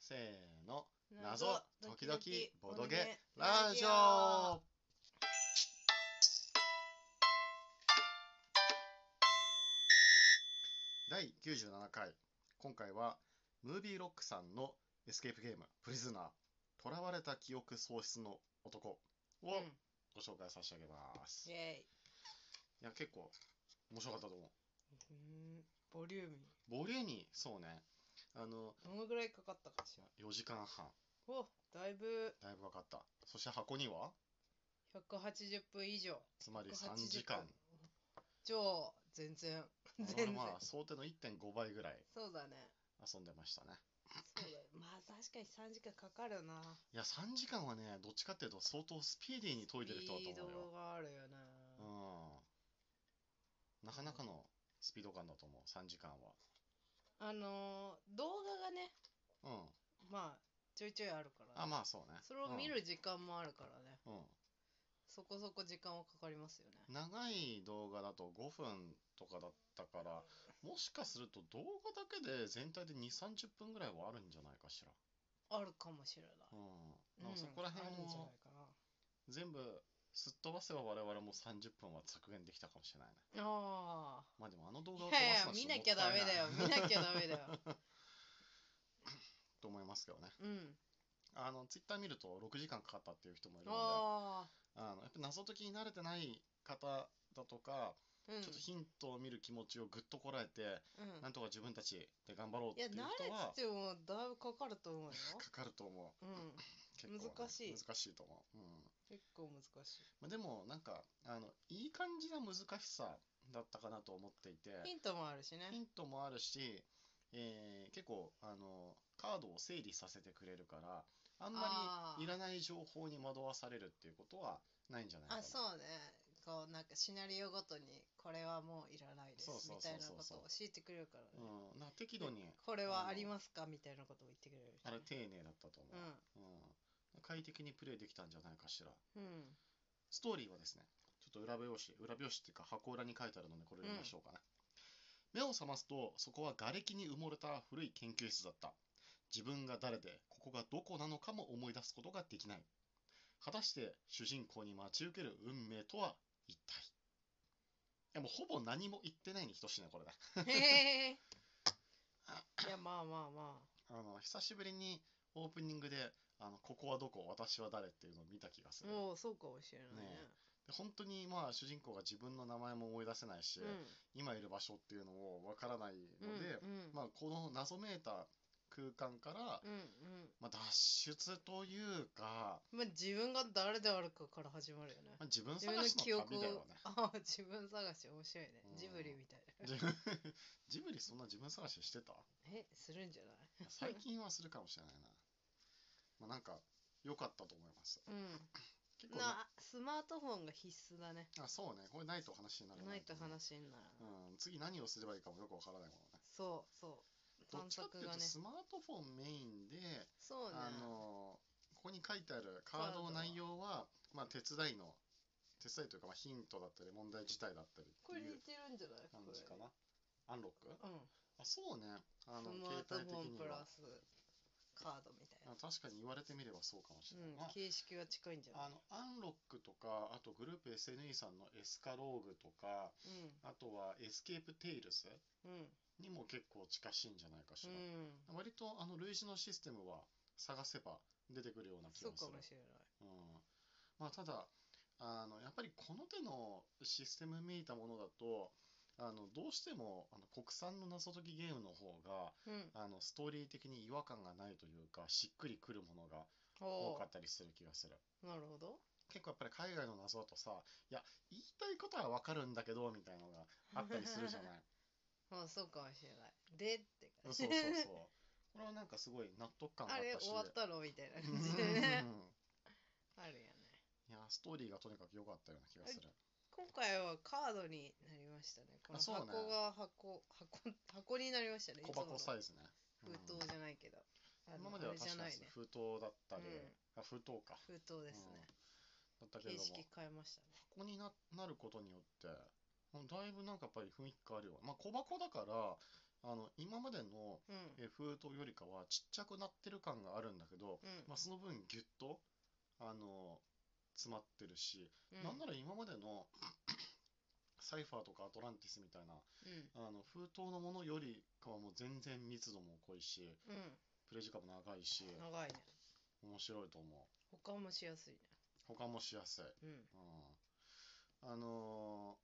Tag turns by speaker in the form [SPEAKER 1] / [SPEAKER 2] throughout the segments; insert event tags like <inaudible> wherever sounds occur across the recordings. [SPEAKER 1] せーの謎
[SPEAKER 2] 謎
[SPEAKER 1] 時
[SPEAKER 2] 時
[SPEAKER 1] 々
[SPEAKER 2] 々
[SPEAKER 1] ボ
[SPEAKER 2] ボ
[SPEAKER 1] ド
[SPEAKER 2] ド
[SPEAKER 1] ゲ
[SPEAKER 2] ゲ
[SPEAKER 1] ラ
[SPEAKER 2] ラ
[SPEAKER 1] ジ
[SPEAKER 2] ジ
[SPEAKER 1] オ
[SPEAKER 2] オ
[SPEAKER 1] 第97回今回はムービーロックさんのエスケープゲーム「プリズナー囚われた記憶喪失の男」を
[SPEAKER 2] うん
[SPEAKER 1] ご紹介させてあげます、
[SPEAKER 2] イ
[SPEAKER 1] い
[SPEAKER 2] エ
[SPEAKER 1] や結構面白かったと思う
[SPEAKER 2] ーイうんボリューミー
[SPEAKER 1] ボリューミーそうねあの
[SPEAKER 2] どのぐらいかかったかしら
[SPEAKER 1] 4時間半
[SPEAKER 2] おだいぶ
[SPEAKER 1] だいぶ分かったそして箱には
[SPEAKER 2] 180分以上
[SPEAKER 1] つまり3
[SPEAKER 2] 180
[SPEAKER 1] 時間
[SPEAKER 2] 超全然全
[SPEAKER 1] これは
[SPEAKER 2] 然
[SPEAKER 1] まあ想定の1.5倍ぐらい
[SPEAKER 2] そうだね
[SPEAKER 1] 遊んでましたね
[SPEAKER 2] そうだよまあ確かに3時間かかるない
[SPEAKER 1] や3時間はねどっちかっていうと相当スピーディーに研いでる人だと思
[SPEAKER 2] ス
[SPEAKER 1] う
[SPEAKER 2] ピード
[SPEAKER 1] よ、
[SPEAKER 2] があるよね
[SPEAKER 1] うん、なかなかのスピード感だと思う3時間は
[SPEAKER 2] あのー動画がね
[SPEAKER 1] うん
[SPEAKER 2] まあちょいちょいあるから
[SPEAKER 1] あまあそうね
[SPEAKER 2] それを見る時間もあるからね
[SPEAKER 1] うん、うん
[SPEAKER 2] そこそこ時間はかかりますよね
[SPEAKER 1] 長い動画だと5分とかだったからもしかすると動画だけで全体で2 3 0分ぐらいはあるんじゃないかしら
[SPEAKER 2] あるかもしれない
[SPEAKER 1] うん、なん
[SPEAKER 2] うん
[SPEAKER 1] かそこら辺
[SPEAKER 2] あるんじゃな
[SPEAKER 1] も
[SPEAKER 2] いかな
[SPEAKER 1] 全部すっ飛ばせば我々も30分は削減できたかもしれないね
[SPEAKER 2] ああ
[SPEAKER 1] まあでもあの
[SPEAKER 2] い
[SPEAKER 1] 動画を飛ば
[SPEAKER 2] やい
[SPEAKER 1] す
[SPEAKER 2] や
[SPEAKER 1] のは
[SPEAKER 2] 見なきゃダメだよ
[SPEAKER 1] もったいない
[SPEAKER 2] 見なきゃ
[SPEAKER 1] <laughs>
[SPEAKER 2] ダメだよ
[SPEAKER 1] と思いますけどね
[SPEAKER 2] うん
[SPEAKER 1] あのツイッター見ると6時間かかったっていう人もいるので
[SPEAKER 2] あ
[SPEAKER 1] あのやっぱ謎解きに慣れてない方だとか、
[SPEAKER 2] あうん
[SPEAKER 1] ちょっとヒントを見る気持ちをぐっとこらえて、
[SPEAKER 2] うん
[SPEAKER 1] なんとか自分たちで頑張ろうっ
[SPEAKER 2] い
[SPEAKER 1] てい
[SPEAKER 2] や
[SPEAKER 1] う
[SPEAKER 2] 慣
[SPEAKER 1] 人
[SPEAKER 2] れ
[SPEAKER 1] は
[SPEAKER 2] ててもだいぶかかると思うよ
[SPEAKER 1] かかると思う <laughs>
[SPEAKER 2] うん
[SPEAKER 1] 結構ね、
[SPEAKER 2] 難しい
[SPEAKER 1] 難しいと思う、うん
[SPEAKER 2] 結構難しい
[SPEAKER 1] まあ、でもなんかあのいい感じな難しさだったかなと思っていて
[SPEAKER 2] ヒントもあるし
[SPEAKER 1] ヒ
[SPEAKER 2] ね
[SPEAKER 1] ントもあるし、えー結構あのカードを整理させてくれるからあんま
[SPEAKER 2] あ
[SPEAKER 1] りい
[SPEAKER 2] ー
[SPEAKER 1] らない情報に惑わされるっていうことはないんじゃないかな
[SPEAKER 2] あそうねこうなんかシナリオごとにこれはもういらないです
[SPEAKER 1] そうそう
[SPEAKER 2] み
[SPEAKER 1] そう
[SPEAKER 2] た
[SPEAKER 1] そう
[SPEAKER 2] いなことを教えてくれるからね
[SPEAKER 1] うん、なんか適度に
[SPEAKER 2] これはありますかみたいなことを言ってくれるし
[SPEAKER 1] あ
[SPEAKER 2] ね
[SPEAKER 1] れ丁寧だったと思う、うん快適にプレイできたんじゃないかしら
[SPEAKER 2] うんうん
[SPEAKER 1] ストーリーはですねちょっと裏表紙裏表紙っていうか箱裏に書いてあるのでこれ読みましょうかね、目を覚ますとそこは瓦礫に埋もれた古い研究室だった自分が誰でここがどこなのかも思い出すことができない果たして主人公に待ち受ける運命とは一体いやもうほぼ何も言ってないに等しいねこれね <laughs>
[SPEAKER 2] へえいやまあまあまあ
[SPEAKER 1] あの久しぶりにオープニングであのここはどこ私は誰っていうのを見た気がする
[SPEAKER 2] もうそうかもしれないね
[SPEAKER 1] ねで本当にまあ主人公が自分の名前も思い出せないし、今いる場所っていうのもわからないの
[SPEAKER 2] うんうん
[SPEAKER 1] で、
[SPEAKER 2] うん
[SPEAKER 1] まあ、この謎めいた空間から、
[SPEAKER 2] うんうん
[SPEAKER 1] まあ、脱出というか、
[SPEAKER 2] まあ自分が誰であるかから始まるよね
[SPEAKER 1] まあ、自分
[SPEAKER 2] 自
[SPEAKER 1] 探
[SPEAKER 2] 分の
[SPEAKER 1] し
[SPEAKER 2] 記
[SPEAKER 1] の旅
[SPEAKER 2] 憶
[SPEAKER 1] だよ
[SPEAKER 2] を
[SPEAKER 1] ね
[SPEAKER 2] ああ自分探し面白いね
[SPEAKER 1] うん
[SPEAKER 2] ジブリみたいな
[SPEAKER 1] 自分 <laughs> ジブリそんな自分探ししてた
[SPEAKER 2] えするんじゃない
[SPEAKER 1] 最近はするかもしれないな、まあ、なんか良かったと思います結構
[SPEAKER 2] うん
[SPEAKER 1] ね
[SPEAKER 2] なスマートフォンが必須だね
[SPEAKER 1] あそうねこれないと話にならない
[SPEAKER 2] ないと話にならない
[SPEAKER 1] うん、次何をすればいいかもよくわからないものね。
[SPEAKER 2] そうそう
[SPEAKER 1] どっ
[SPEAKER 2] 探
[SPEAKER 1] ちかってい
[SPEAKER 2] 索
[SPEAKER 1] う
[SPEAKER 2] が
[SPEAKER 1] と
[SPEAKER 2] ね
[SPEAKER 1] スマートフォンメインで、
[SPEAKER 2] そうね
[SPEAKER 1] あのここに書いてあるカードの
[SPEAKER 2] カードは
[SPEAKER 1] 内容は、まあ、手伝いの手伝いというか、まあ、ヒントだったり問題自体だったり
[SPEAKER 2] こ
[SPEAKER 1] って
[SPEAKER 2] れ
[SPEAKER 1] い
[SPEAKER 2] 似
[SPEAKER 1] う
[SPEAKER 2] てるんじゃないこ
[SPEAKER 1] 感
[SPEAKER 2] れ
[SPEAKER 1] じかな。アンロック
[SPEAKER 2] うん
[SPEAKER 1] あそうねあ
[SPEAKER 2] ス
[SPEAKER 1] の
[SPEAKER 2] マ
[SPEAKER 1] 携
[SPEAKER 2] ート
[SPEAKER 1] 帯
[SPEAKER 2] フォ
[SPEAKER 1] 的
[SPEAKER 2] ン
[SPEAKER 1] に
[SPEAKER 2] プラ
[SPEAKER 1] は
[SPEAKER 2] スカードみたいな
[SPEAKER 1] あ確かに言われてみればそうかもしれないな
[SPEAKER 2] うん、形式は近いんじゃない
[SPEAKER 1] あのアンロックとかあとグループ SNE さんのエスカローグとかあとはエスケープテイルス
[SPEAKER 2] うんうん
[SPEAKER 1] にも結構近しいんじゃないかし
[SPEAKER 2] う
[SPEAKER 1] ら、
[SPEAKER 2] ん
[SPEAKER 1] 割とあの類似のシステムは探せば出てくるような気
[SPEAKER 2] そ
[SPEAKER 1] が
[SPEAKER 2] う
[SPEAKER 1] す
[SPEAKER 2] か
[SPEAKER 1] る
[SPEAKER 2] も。しれない
[SPEAKER 1] うんまあ、ただあの、やっぱりこの手のシステムめいたものだとあのどうしてもあの国産の謎解きゲームの方が
[SPEAKER 2] うん
[SPEAKER 1] あのストーリー的に違和感がないというかしっくりくるものが多
[SPEAKER 2] お
[SPEAKER 1] かったりする気がする。
[SPEAKER 2] ーなるほど
[SPEAKER 1] 結構やっぱり海外の謎だとさいや言いたいことはわかるんだけどみたいなのがあったりするじゃ
[SPEAKER 2] <laughs>
[SPEAKER 1] ない。
[SPEAKER 2] あそうかもしれないでって
[SPEAKER 1] そ
[SPEAKER 2] 感
[SPEAKER 1] う
[SPEAKER 2] じ
[SPEAKER 1] そうそう。これはなんかすごい納得感があ
[SPEAKER 2] あ
[SPEAKER 1] ったし。
[SPEAKER 2] れ終わったのみたいな感じで
[SPEAKER 1] う
[SPEAKER 2] ね
[SPEAKER 1] ん
[SPEAKER 2] あるよね
[SPEAKER 1] いやーストーリーがとにかく良かったような気がする。
[SPEAKER 2] 今回はカードになりましたねこの
[SPEAKER 1] あそうね
[SPEAKER 2] 箱が箱箱箱になりましたね
[SPEAKER 1] 小箱サ
[SPEAKER 2] イ
[SPEAKER 1] イズね。うん
[SPEAKER 2] 封筒じゃないけどあの
[SPEAKER 1] 今までは
[SPEAKER 2] あれじゃ
[SPEAKER 1] 確か
[SPEAKER 2] な
[SPEAKER 1] に
[SPEAKER 2] いね
[SPEAKER 1] 封筒だったり、あ封筒か。
[SPEAKER 2] 封筒ですね
[SPEAKER 1] うんだったけれど
[SPEAKER 2] 形
[SPEAKER 1] も
[SPEAKER 2] 式、変えましたね
[SPEAKER 1] 箱にななることによって、うんだいぶなんかやっぱり雰囲気変わるよ。まあ小箱だから、あの今までの
[SPEAKER 2] うん
[SPEAKER 1] えー封筒よりかはちっちゃくなってる感があるんだけど、
[SPEAKER 2] うん
[SPEAKER 1] まあ、その分ギュッとあの詰まってるし、
[SPEAKER 2] うん
[SPEAKER 1] なんなら今までの <clears throat> サイファーとかアトランティスみたいな
[SPEAKER 2] うん
[SPEAKER 1] あの封筒のものよりかはもう全然密度も濃いし
[SPEAKER 2] う
[SPEAKER 1] プレイ時間も長いし
[SPEAKER 2] ん長いね
[SPEAKER 1] 面白いと思う
[SPEAKER 2] 保管もしやすいね
[SPEAKER 1] 保管もしやすい、
[SPEAKER 2] うん
[SPEAKER 1] うん、あの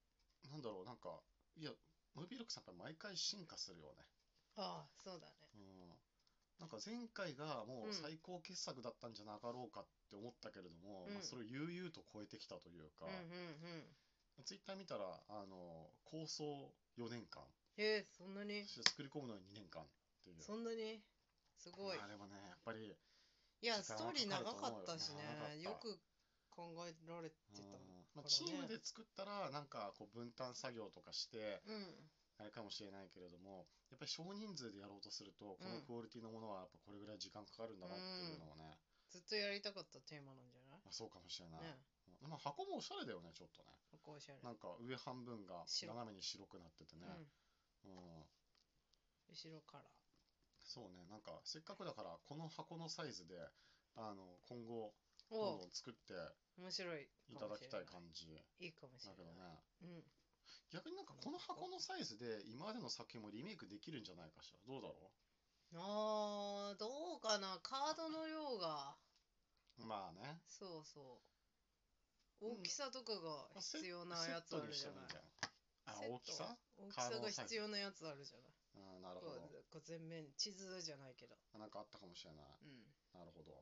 [SPEAKER 1] ーなんだろうなんかいやムービーロックさんやっぱ毎回進化するよね
[SPEAKER 2] ああそうだね
[SPEAKER 1] うんなんか前回がも
[SPEAKER 2] うん
[SPEAKER 1] う最高傑作だったんじゃなかろうかって思ったけれども、
[SPEAKER 2] うん
[SPEAKER 1] まあ、それを悠々と超えてきたという
[SPEAKER 2] う
[SPEAKER 1] か
[SPEAKER 2] ん、うんうん
[SPEAKER 1] ツイッター見たら、あの構想4年間、
[SPEAKER 2] へえそんなに
[SPEAKER 1] そして作り込むのに2年間っていう。
[SPEAKER 2] そんなにすごい
[SPEAKER 1] まあでもね、やっぱり、
[SPEAKER 2] いや
[SPEAKER 1] 時
[SPEAKER 2] ス
[SPEAKER 1] 間
[SPEAKER 2] ト
[SPEAKER 1] は
[SPEAKER 2] ーリー
[SPEAKER 1] かかる
[SPEAKER 2] 長
[SPEAKER 1] と思うよ
[SPEAKER 2] かったし
[SPEAKER 1] 長かった
[SPEAKER 2] ねよく考えられて
[SPEAKER 1] うんまあ
[SPEAKER 2] た
[SPEAKER 1] チーム
[SPEAKER 2] で
[SPEAKER 1] で作ったら、なんかこう分担作業とかして、
[SPEAKER 2] うん
[SPEAKER 1] あれかもしれないけれども、やっぱり少人数でやろうとすると、この
[SPEAKER 2] うん
[SPEAKER 1] クオリティのものはやっぱこれぐらい時間かかるんだなっていうのをね、
[SPEAKER 2] ずっとやりたかったテーマなんじゃな
[SPEAKER 1] ま
[SPEAKER 2] い
[SPEAKER 1] あ、そうかもしれない。
[SPEAKER 2] ね
[SPEAKER 1] うんまあ、箱もおしゃれだよね、ちょっとね。
[SPEAKER 2] ここおしゃれ
[SPEAKER 1] なんか上半分が
[SPEAKER 2] 白
[SPEAKER 1] 斜めに白くなっててね。
[SPEAKER 2] うん
[SPEAKER 1] うん、
[SPEAKER 2] 後ろから
[SPEAKER 1] そうね、なんかせっかくだから、この箱のサイズで、あの今後、どん
[SPEAKER 2] お
[SPEAKER 1] どん作って
[SPEAKER 2] お面白い
[SPEAKER 1] いただきたい
[SPEAKER 2] か
[SPEAKER 1] 感
[SPEAKER 2] も
[SPEAKER 1] じだ
[SPEAKER 2] しれないいいかもし
[SPEAKER 1] け
[SPEAKER 2] れ
[SPEAKER 1] どね
[SPEAKER 2] ないうん
[SPEAKER 1] 逆になんかこの箱のサイズで今までの作品もリメイクできるんじゃないかしらどうだろ
[SPEAKER 2] あーどうかなカードの量が
[SPEAKER 1] うまあね
[SPEAKER 2] そうそう
[SPEAKER 1] うん
[SPEAKER 2] 大きさとかが
[SPEAKER 1] まあセ
[SPEAKER 2] 必要なやつ
[SPEAKER 1] セッ
[SPEAKER 2] あ
[SPEAKER 1] ト
[SPEAKER 2] る
[SPEAKER 1] にし
[SPEAKER 2] じ
[SPEAKER 1] て
[SPEAKER 2] ゃ
[SPEAKER 1] もいいんじゃ
[SPEAKER 2] ない
[SPEAKER 1] ないあ
[SPEAKER 2] セット
[SPEAKER 1] 大きさ
[SPEAKER 2] 大き
[SPEAKER 1] カー
[SPEAKER 2] さ
[SPEAKER 1] ド
[SPEAKER 2] が
[SPEAKER 1] のサイズ
[SPEAKER 2] 必要なやつあるじゃない
[SPEAKER 1] うんなるほ
[SPEAKER 2] こ
[SPEAKER 1] ど
[SPEAKER 2] うこう全面地図じゃないけど
[SPEAKER 1] なんかあったかもしれない
[SPEAKER 2] うん
[SPEAKER 1] なるほど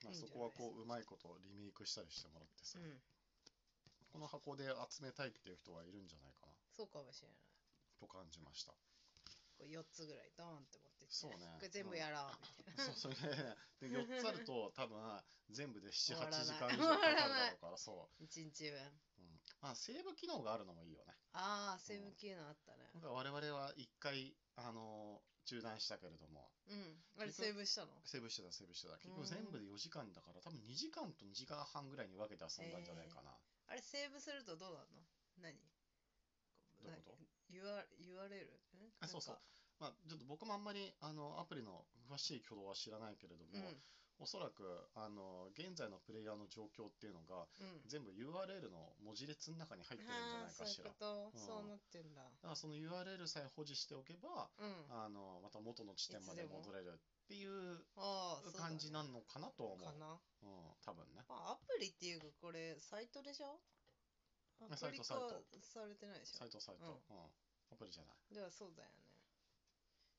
[SPEAKER 1] まあ
[SPEAKER 2] いいん
[SPEAKER 1] そ
[SPEAKER 2] じゃない
[SPEAKER 1] こはこううまいことリメイクしたりしてもらってさ
[SPEAKER 2] うん
[SPEAKER 1] この箱で集めたいっていう人はいるんじゃないかな
[SPEAKER 2] そうかもしれない
[SPEAKER 1] と感じました
[SPEAKER 2] こう4つぐらいドーンって持ってって
[SPEAKER 1] そうね
[SPEAKER 2] これ全部やろうみたいな
[SPEAKER 1] <laughs> そうそれで4つあると多分全部で
[SPEAKER 2] 終わ
[SPEAKER 1] 78
[SPEAKER 2] らない
[SPEAKER 1] 時間以上かかるだろうからそう
[SPEAKER 2] 1日分
[SPEAKER 1] うんまあ、セーブ機能があるのもいいよね。
[SPEAKER 2] ああセブンキーのあったね
[SPEAKER 1] なんか我々は一回、あのー中断したけれども、
[SPEAKER 2] うんあれ
[SPEAKER 1] 結局
[SPEAKER 2] セーブしたの
[SPEAKER 1] セーブしてた、セーブしてた。結
[SPEAKER 2] う
[SPEAKER 1] 局
[SPEAKER 2] ん
[SPEAKER 1] 全部で4時間だから、多分2時間と2時間半ぐらいに分けて遊んだんじゃないかな。
[SPEAKER 2] あれセーブするとどうなるの何
[SPEAKER 1] どういうこと
[SPEAKER 2] UR ?URL? ん
[SPEAKER 1] あそうそう
[SPEAKER 2] なんか
[SPEAKER 1] まあ、ちょっと僕もあんまり、あの、アプリの詳しい挙動は知らないけれども、
[SPEAKER 2] うん
[SPEAKER 1] おそらく、あの、現在のプレイヤーの状況っていうのが、
[SPEAKER 2] うん
[SPEAKER 1] 全部 URL の文字列の中に入ってるんじゃ
[SPEAKER 2] あ
[SPEAKER 1] な
[SPEAKER 2] あ
[SPEAKER 1] い
[SPEAKER 2] そ
[SPEAKER 1] か
[SPEAKER 2] うい
[SPEAKER 1] し
[SPEAKER 2] う
[SPEAKER 1] ら。
[SPEAKER 2] こ
[SPEAKER 1] だう
[SPEAKER 2] と
[SPEAKER 1] ん
[SPEAKER 2] そうなってんだ
[SPEAKER 1] からその URL さえ保持しておけば、
[SPEAKER 2] うんあ
[SPEAKER 1] あの、また元の地点まで
[SPEAKER 2] いつでも
[SPEAKER 1] 戻れるっていう
[SPEAKER 2] あそうだね
[SPEAKER 1] 感じなのかなとは思う。
[SPEAKER 2] かな
[SPEAKER 1] うん、多分ね。
[SPEAKER 2] まあアプリっていうかこれサイトでしょア
[SPEAKER 1] サ
[SPEAKER 2] プ
[SPEAKER 1] イ
[SPEAKER 2] リ
[SPEAKER 1] ト
[SPEAKER 2] 化
[SPEAKER 1] サイト
[SPEAKER 2] されてないでし
[SPEAKER 1] サイトサイト。うん。アプリじゃない。
[SPEAKER 2] ょではそうだよね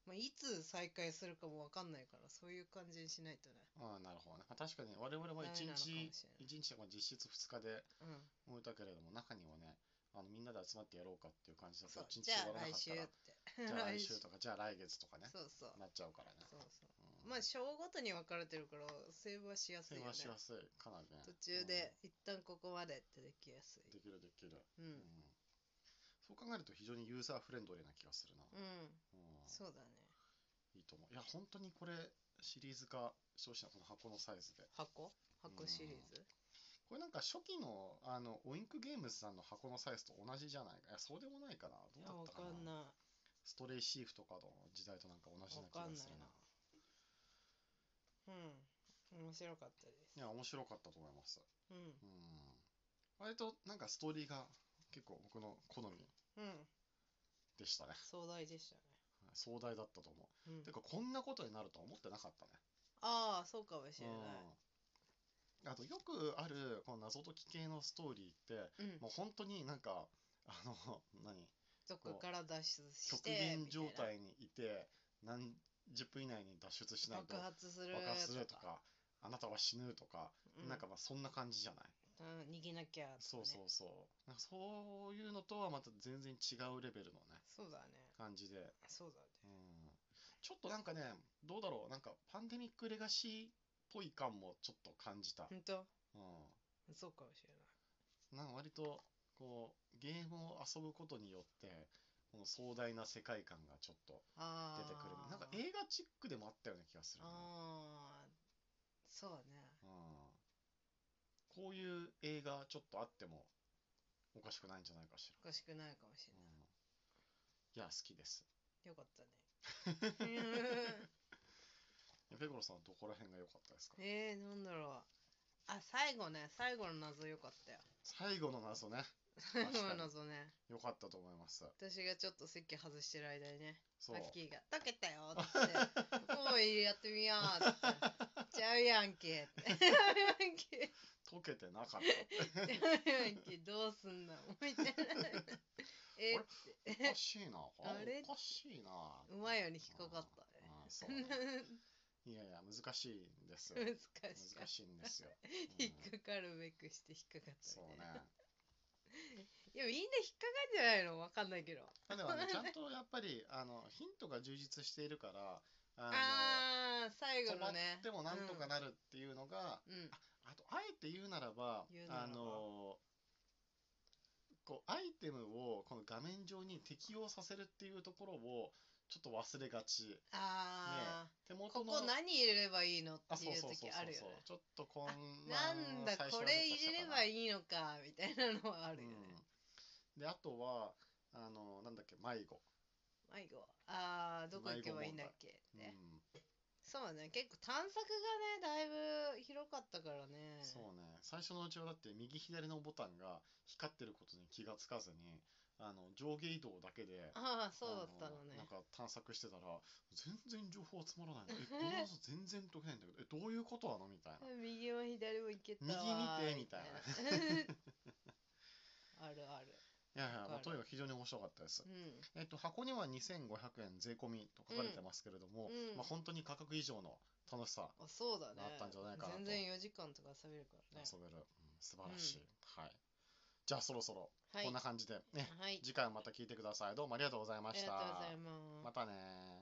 [SPEAKER 2] まあいつ再開するかもわかんないからそういう感じにしないとね
[SPEAKER 1] うん、なるほどね。まあ、確かに我々は
[SPEAKER 2] ダメ
[SPEAKER 1] 1
[SPEAKER 2] なのかもしれな
[SPEAKER 1] 日、
[SPEAKER 2] い
[SPEAKER 1] 一日、まあ、実質2日で終
[SPEAKER 2] うん
[SPEAKER 1] えたけれども、中にはね、あのみんなで集まってやろうかっていう感じだと
[SPEAKER 2] そう
[SPEAKER 1] 1日
[SPEAKER 2] じ
[SPEAKER 1] 終
[SPEAKER 2] ゃ
[SPEAKER 1] わら
[SPEAKER 2] あ
[SPEAKER 1] なかっ
[SPEAKER 2] 来週
[SPEAKER 1] たら、
[SPEAKER 2] って
[SPEAKER 1] じゃあ来
[SPEAKER 2] <laughs> 来
[SPEAKER 1] 週とか、じゃあ来月
[SPEAKER 2] 週
[SPEAKER 1] とかね、
[SPEAKER 2] そうそう
[SPEAKER 1] なっちゃうからね。
[SPEAKER 2] そうそう
[SPEAKER 1] うん
[SPEAKER 2] まあ章ごとに分かれてるからセーブはしやす
[SPEAKER 1] 電
[SPEAKER 2] いよね
[SPEAKER 1] 話しやすい、かなりね。
[SPEAKER 2] 途中で一旦ここまでってできやす
[SPEAKER 1] うん
[SPEAKER 2] い
[SPEAKER 1] できるできる、
[SPEAKER 2] うん
[SPEAKER 1] うんそう考えると非常にユーザーフレンドリーな気がするな。
[SPEAKER 2] うん
[SPEAKER 1] うん
[SPEAKER 2] そうだね
[SPEAKER 1] いいと思う。いや、本当にこれ、シリーズ化してほしいな、この箱のサイズで。
[SPEAKER 2] 箱箱シリーズ
[SPEAKER 1] これなんか初期のあのオインクゲームズさんの箱のサイズと同じじゃないかいやそうでもないかなど
[SPEAKER 2] いうや
[SPEAKER 1] だっ
[SPEAKER 2] わ
[SPEAKER 1] たか
[SPEAKER 2] か
[SPEAKER 1] なん
[SPEAKER 2] ない
[SPEAKER 1] ストレイシーフとかの時代となんか同じな気がするな
[SPEAKER 2] わうん面白かったです
[SPEAKER 1] いや面白かったと思います
[SPEAKER 2] うん
[SPEAKER 1] うん割となんかストーリーが結構僕の好み
[SPEAKER 2] うん
[SPEAKER 1] でしたね
[SPEAKER 2] 壮大でしたね、
[SPEAKER 1] 壮大だったと思
[SPEAKER 2] う
[SPEAKER 1] うんて、かこんなことになるとは思ってなかったね
[SPEAKER 2] ああそうかもしれない
[SPEAKER 1] うんあとよくあるこの謎解き系のストーリーって
[SPEAKER 2] うん
[SPEAKER 1] もう本当になんかあの <laughs> 何
[SPEAKER 2] どこから脱出し
[SPEAKER 1] 極
[SPEAKER 2] て
[SPEAKER 1] 限状
[SPEAKER 2] みたい
[SPEAKER 1] 態にいて何十分以内に脱出し
[SPEAKER 2] な
[SPEAKER 1] ないと
[SPEAKER 2] 爆発する
[SPEAKER 1] 爆発するとかあなたは死ぬとか、なんかまあそんな感じじゃない、
[SPEAKER 2] うん逃げなきゃとかね
[SPEAKER 1] そうそうそうなんかそういうのとはまた全然違うレベルのね
[SPEAKER 2] そうだね
[SPEAKER 1] 感じで、
[SPEAKER 2] そうだね
[SPEAKER 1] うん、ちょっとなんかねどうだろうなんかパンデミックレガシーっぽい感もちょっと感じた、
[SPEAKER 2] 本当
[SPEAKER 1] う
[SPEAKER 2] そうかもしれない
[SPEAKER 1] ん、なんか割とこうゲームを遊ぶことによってこの壮大な世界観がちょっと
[SPEAKER 2] あ
[SPEAKER 1] 出
[SPEAKER 2] あ
[SPEAKER 1] てくるなんか映画チックでもあったような気がするな、
[SPEAKER 2] ああそうね
[SPEAKER 1] うん、こういう映画ちょっとあってもおかしくないんじゃないかし
[SPEAKER 2] おかしくないかもしれ
[SPEAKER 1] ら、
[SPEAKER 2] ない、
[SPEAKER 1] うんいや、好きです。
[SPEAKER 2] よ
[SPEAKER 1] <laughs>
[SPEAKER 2] かったね。
[SPEAKER 1] ペコロさん、どこら辺が良かったですか
[SPEAKER 2] えー、なんだろう。あ、最後ね、最後の謎よかったよ。
[SPEAKER 1] 最後の謎ね。
[SPEAKER 2] 最後の
[SPEAKER 1] 確かに
[SPEAKER 2] <laughs> 謎ね。
[SPEAKER 1] 良かったと思います。
[SPEAKER 2] 私がちょっと席外してる間にね、
[SPEAKER 1] そう
[SPEAKER 2] ラッ。キーが、溶けた
[SPEAKER 1] <laughs>
[SPEAKER 2] よっつって、もういいやってみようっつって、ちゃうやんけって。ちゃうやんけ、 <laughs>
[SPEAKER 1] 溶けてなかった。
[SPEAKER 2] ちゃうやんけ、どうすんだ、もういてない。え
[SPEAKER 1] あれおかしいな。こ
[SPEAKER 2] <laughs> あれ
[SPEAKER 1] おかしいな。
[SPEAKER 2] うまいように引っかかった <laughs> ね。
[SPEAKER 1] あーそうね
[SPEAKER 2] 難
[SPEAKER 1] いやいや、難しいんです。
[SPEAKER 2] しか
[SPEAKER 1] 難
[SPEAKER 2] った。
[SPEAKER 1] しいんです
[SPEAKER 2] <laughs>
[SPEAKER 1] よ。うん
[SPEAKER 2] 引っかかるべくして引っかかった
[SPEAKER 1] そうね。
[SPEAKER 2] よね。いや、みんな引っかかんじゃないのわかんないけど。
[SPEAKER 1] まあでもね、ちゃんとやっぱり、あの、ヒントが充実しているから、あの、
[SPEAKER 2] あー、最後
[SPEAKER 1] 止ま
[SPEAKER 2] の
[SPEAKER 1] っ
[SPEAKER 2] ね。
[SPEAKER 1] てもなんとかなるっていうのが、
[SPEAKER 2] うん。うん。
[SPEAKER 1] あと、あえて言うならば
[SPEAKER 2] 言う、ならば
[SPEAKER 1] あの、こう、アイテムをこの画面上に適用させるっていうところを、ちょっと忘れがち。
[SPEAKER 2] あ
[SPEAKER 1] 手
[SPEAKER 2] ー、こ
[SPEAKER 1] 元の、
[SPEAKER 2] こ何入れればいいのっ
[SPEAKER 1] あ、
[SPEAKER 2] て
[SPEAKER 1] そう
[SPEAKER 2] いう
[SPEAKER 1] そうそう
[SPEAKER 2] 時
[SPEAKER 1] そ
[SPEAKER 2] あ
[SPEAKER 1] う
[SPEAKER 2] るよ
[SPEAKER 1] そう
[SPEAKER 2] ね。。
[SPEAKER 1] ちょっとこん
[SPEAKER 2] なんだ、これ入れればいいのか、みたいなのはあるよね。
[SPEAKER 1] うん、で、あとは、あの、なんだっけ、迷子。
[SPEAKER 2] 迷子。あー、どこ行けばいいんだっけ
[SPEAKER 1] う
[SPEAKER 2] ね。
[SPEAKER 1] ん。
[SPEAKER 2] そうね、結構探索がね、だいぶ広かったからね。
[SPEAKER 1] そうね、最初のうちはだって右左のボタンが光ってることに気がつかずに、あの上下移動だけで、
[SPEAKER 2] ああ、そうだっ
[SPEAKER 1] あ
[SPEAKER 2] た
[SPEAKER 1] の
[SPEAKER 2] のね
[SPEAKER 1] なん。か探索してたら、全然情報集まらないの。え、この謎全然解けないんだけど、え、どういうことなのみたいな。
[SPEAKER 2] 右も左も行けた
[SPEAKER 1] 右見
[SPEAKER 2] わ
[SPEAKER 1] て
[SPEAKER 2] ー
[SPEAKER 1] みたいな。
[SPEAKER 2] な。 <laughs> あるある。
[SPEAKER 1] いやいや、ま
[SPEAKER 2] わ
[SPEAKER 1] あ、
[SPEAKER 2] かる
[SPEAKER 1] とにかく非常に面白かったです。
[SPEAKER 2] うん。
[SPEAKER 1] えっと、箱には2500円税込みと書かれてますけれども、
[SPEAKER 2] うんうん
[SPEAKER 1] まあ、本当に価格以上の楽しさ、
[SPEAKER 2] あ、そうだね。
[SPEAKER 1] なったんじゃないかなと
[SPEAKER 2] 全然4時間とか遊べるからね。
[SPEAKER 1] 遊べる、うん素晴らしい、はい。じゃあそろそろ、
[SPEAKER 2] はい
[SPEAKER 1] こんな。感じで、ね、
[SPEAKER 2] はい。
[SPEAKER 1] 次回もまた聞いてください。どうもありがとうござい
[SPEAKER 2] あ
[SPEAKER 1] ま
[SPEAKER 2] り
[SPEAKER 1] した。
[SPEAKER 2] がとうございます。
[SPEAKER 1] またねー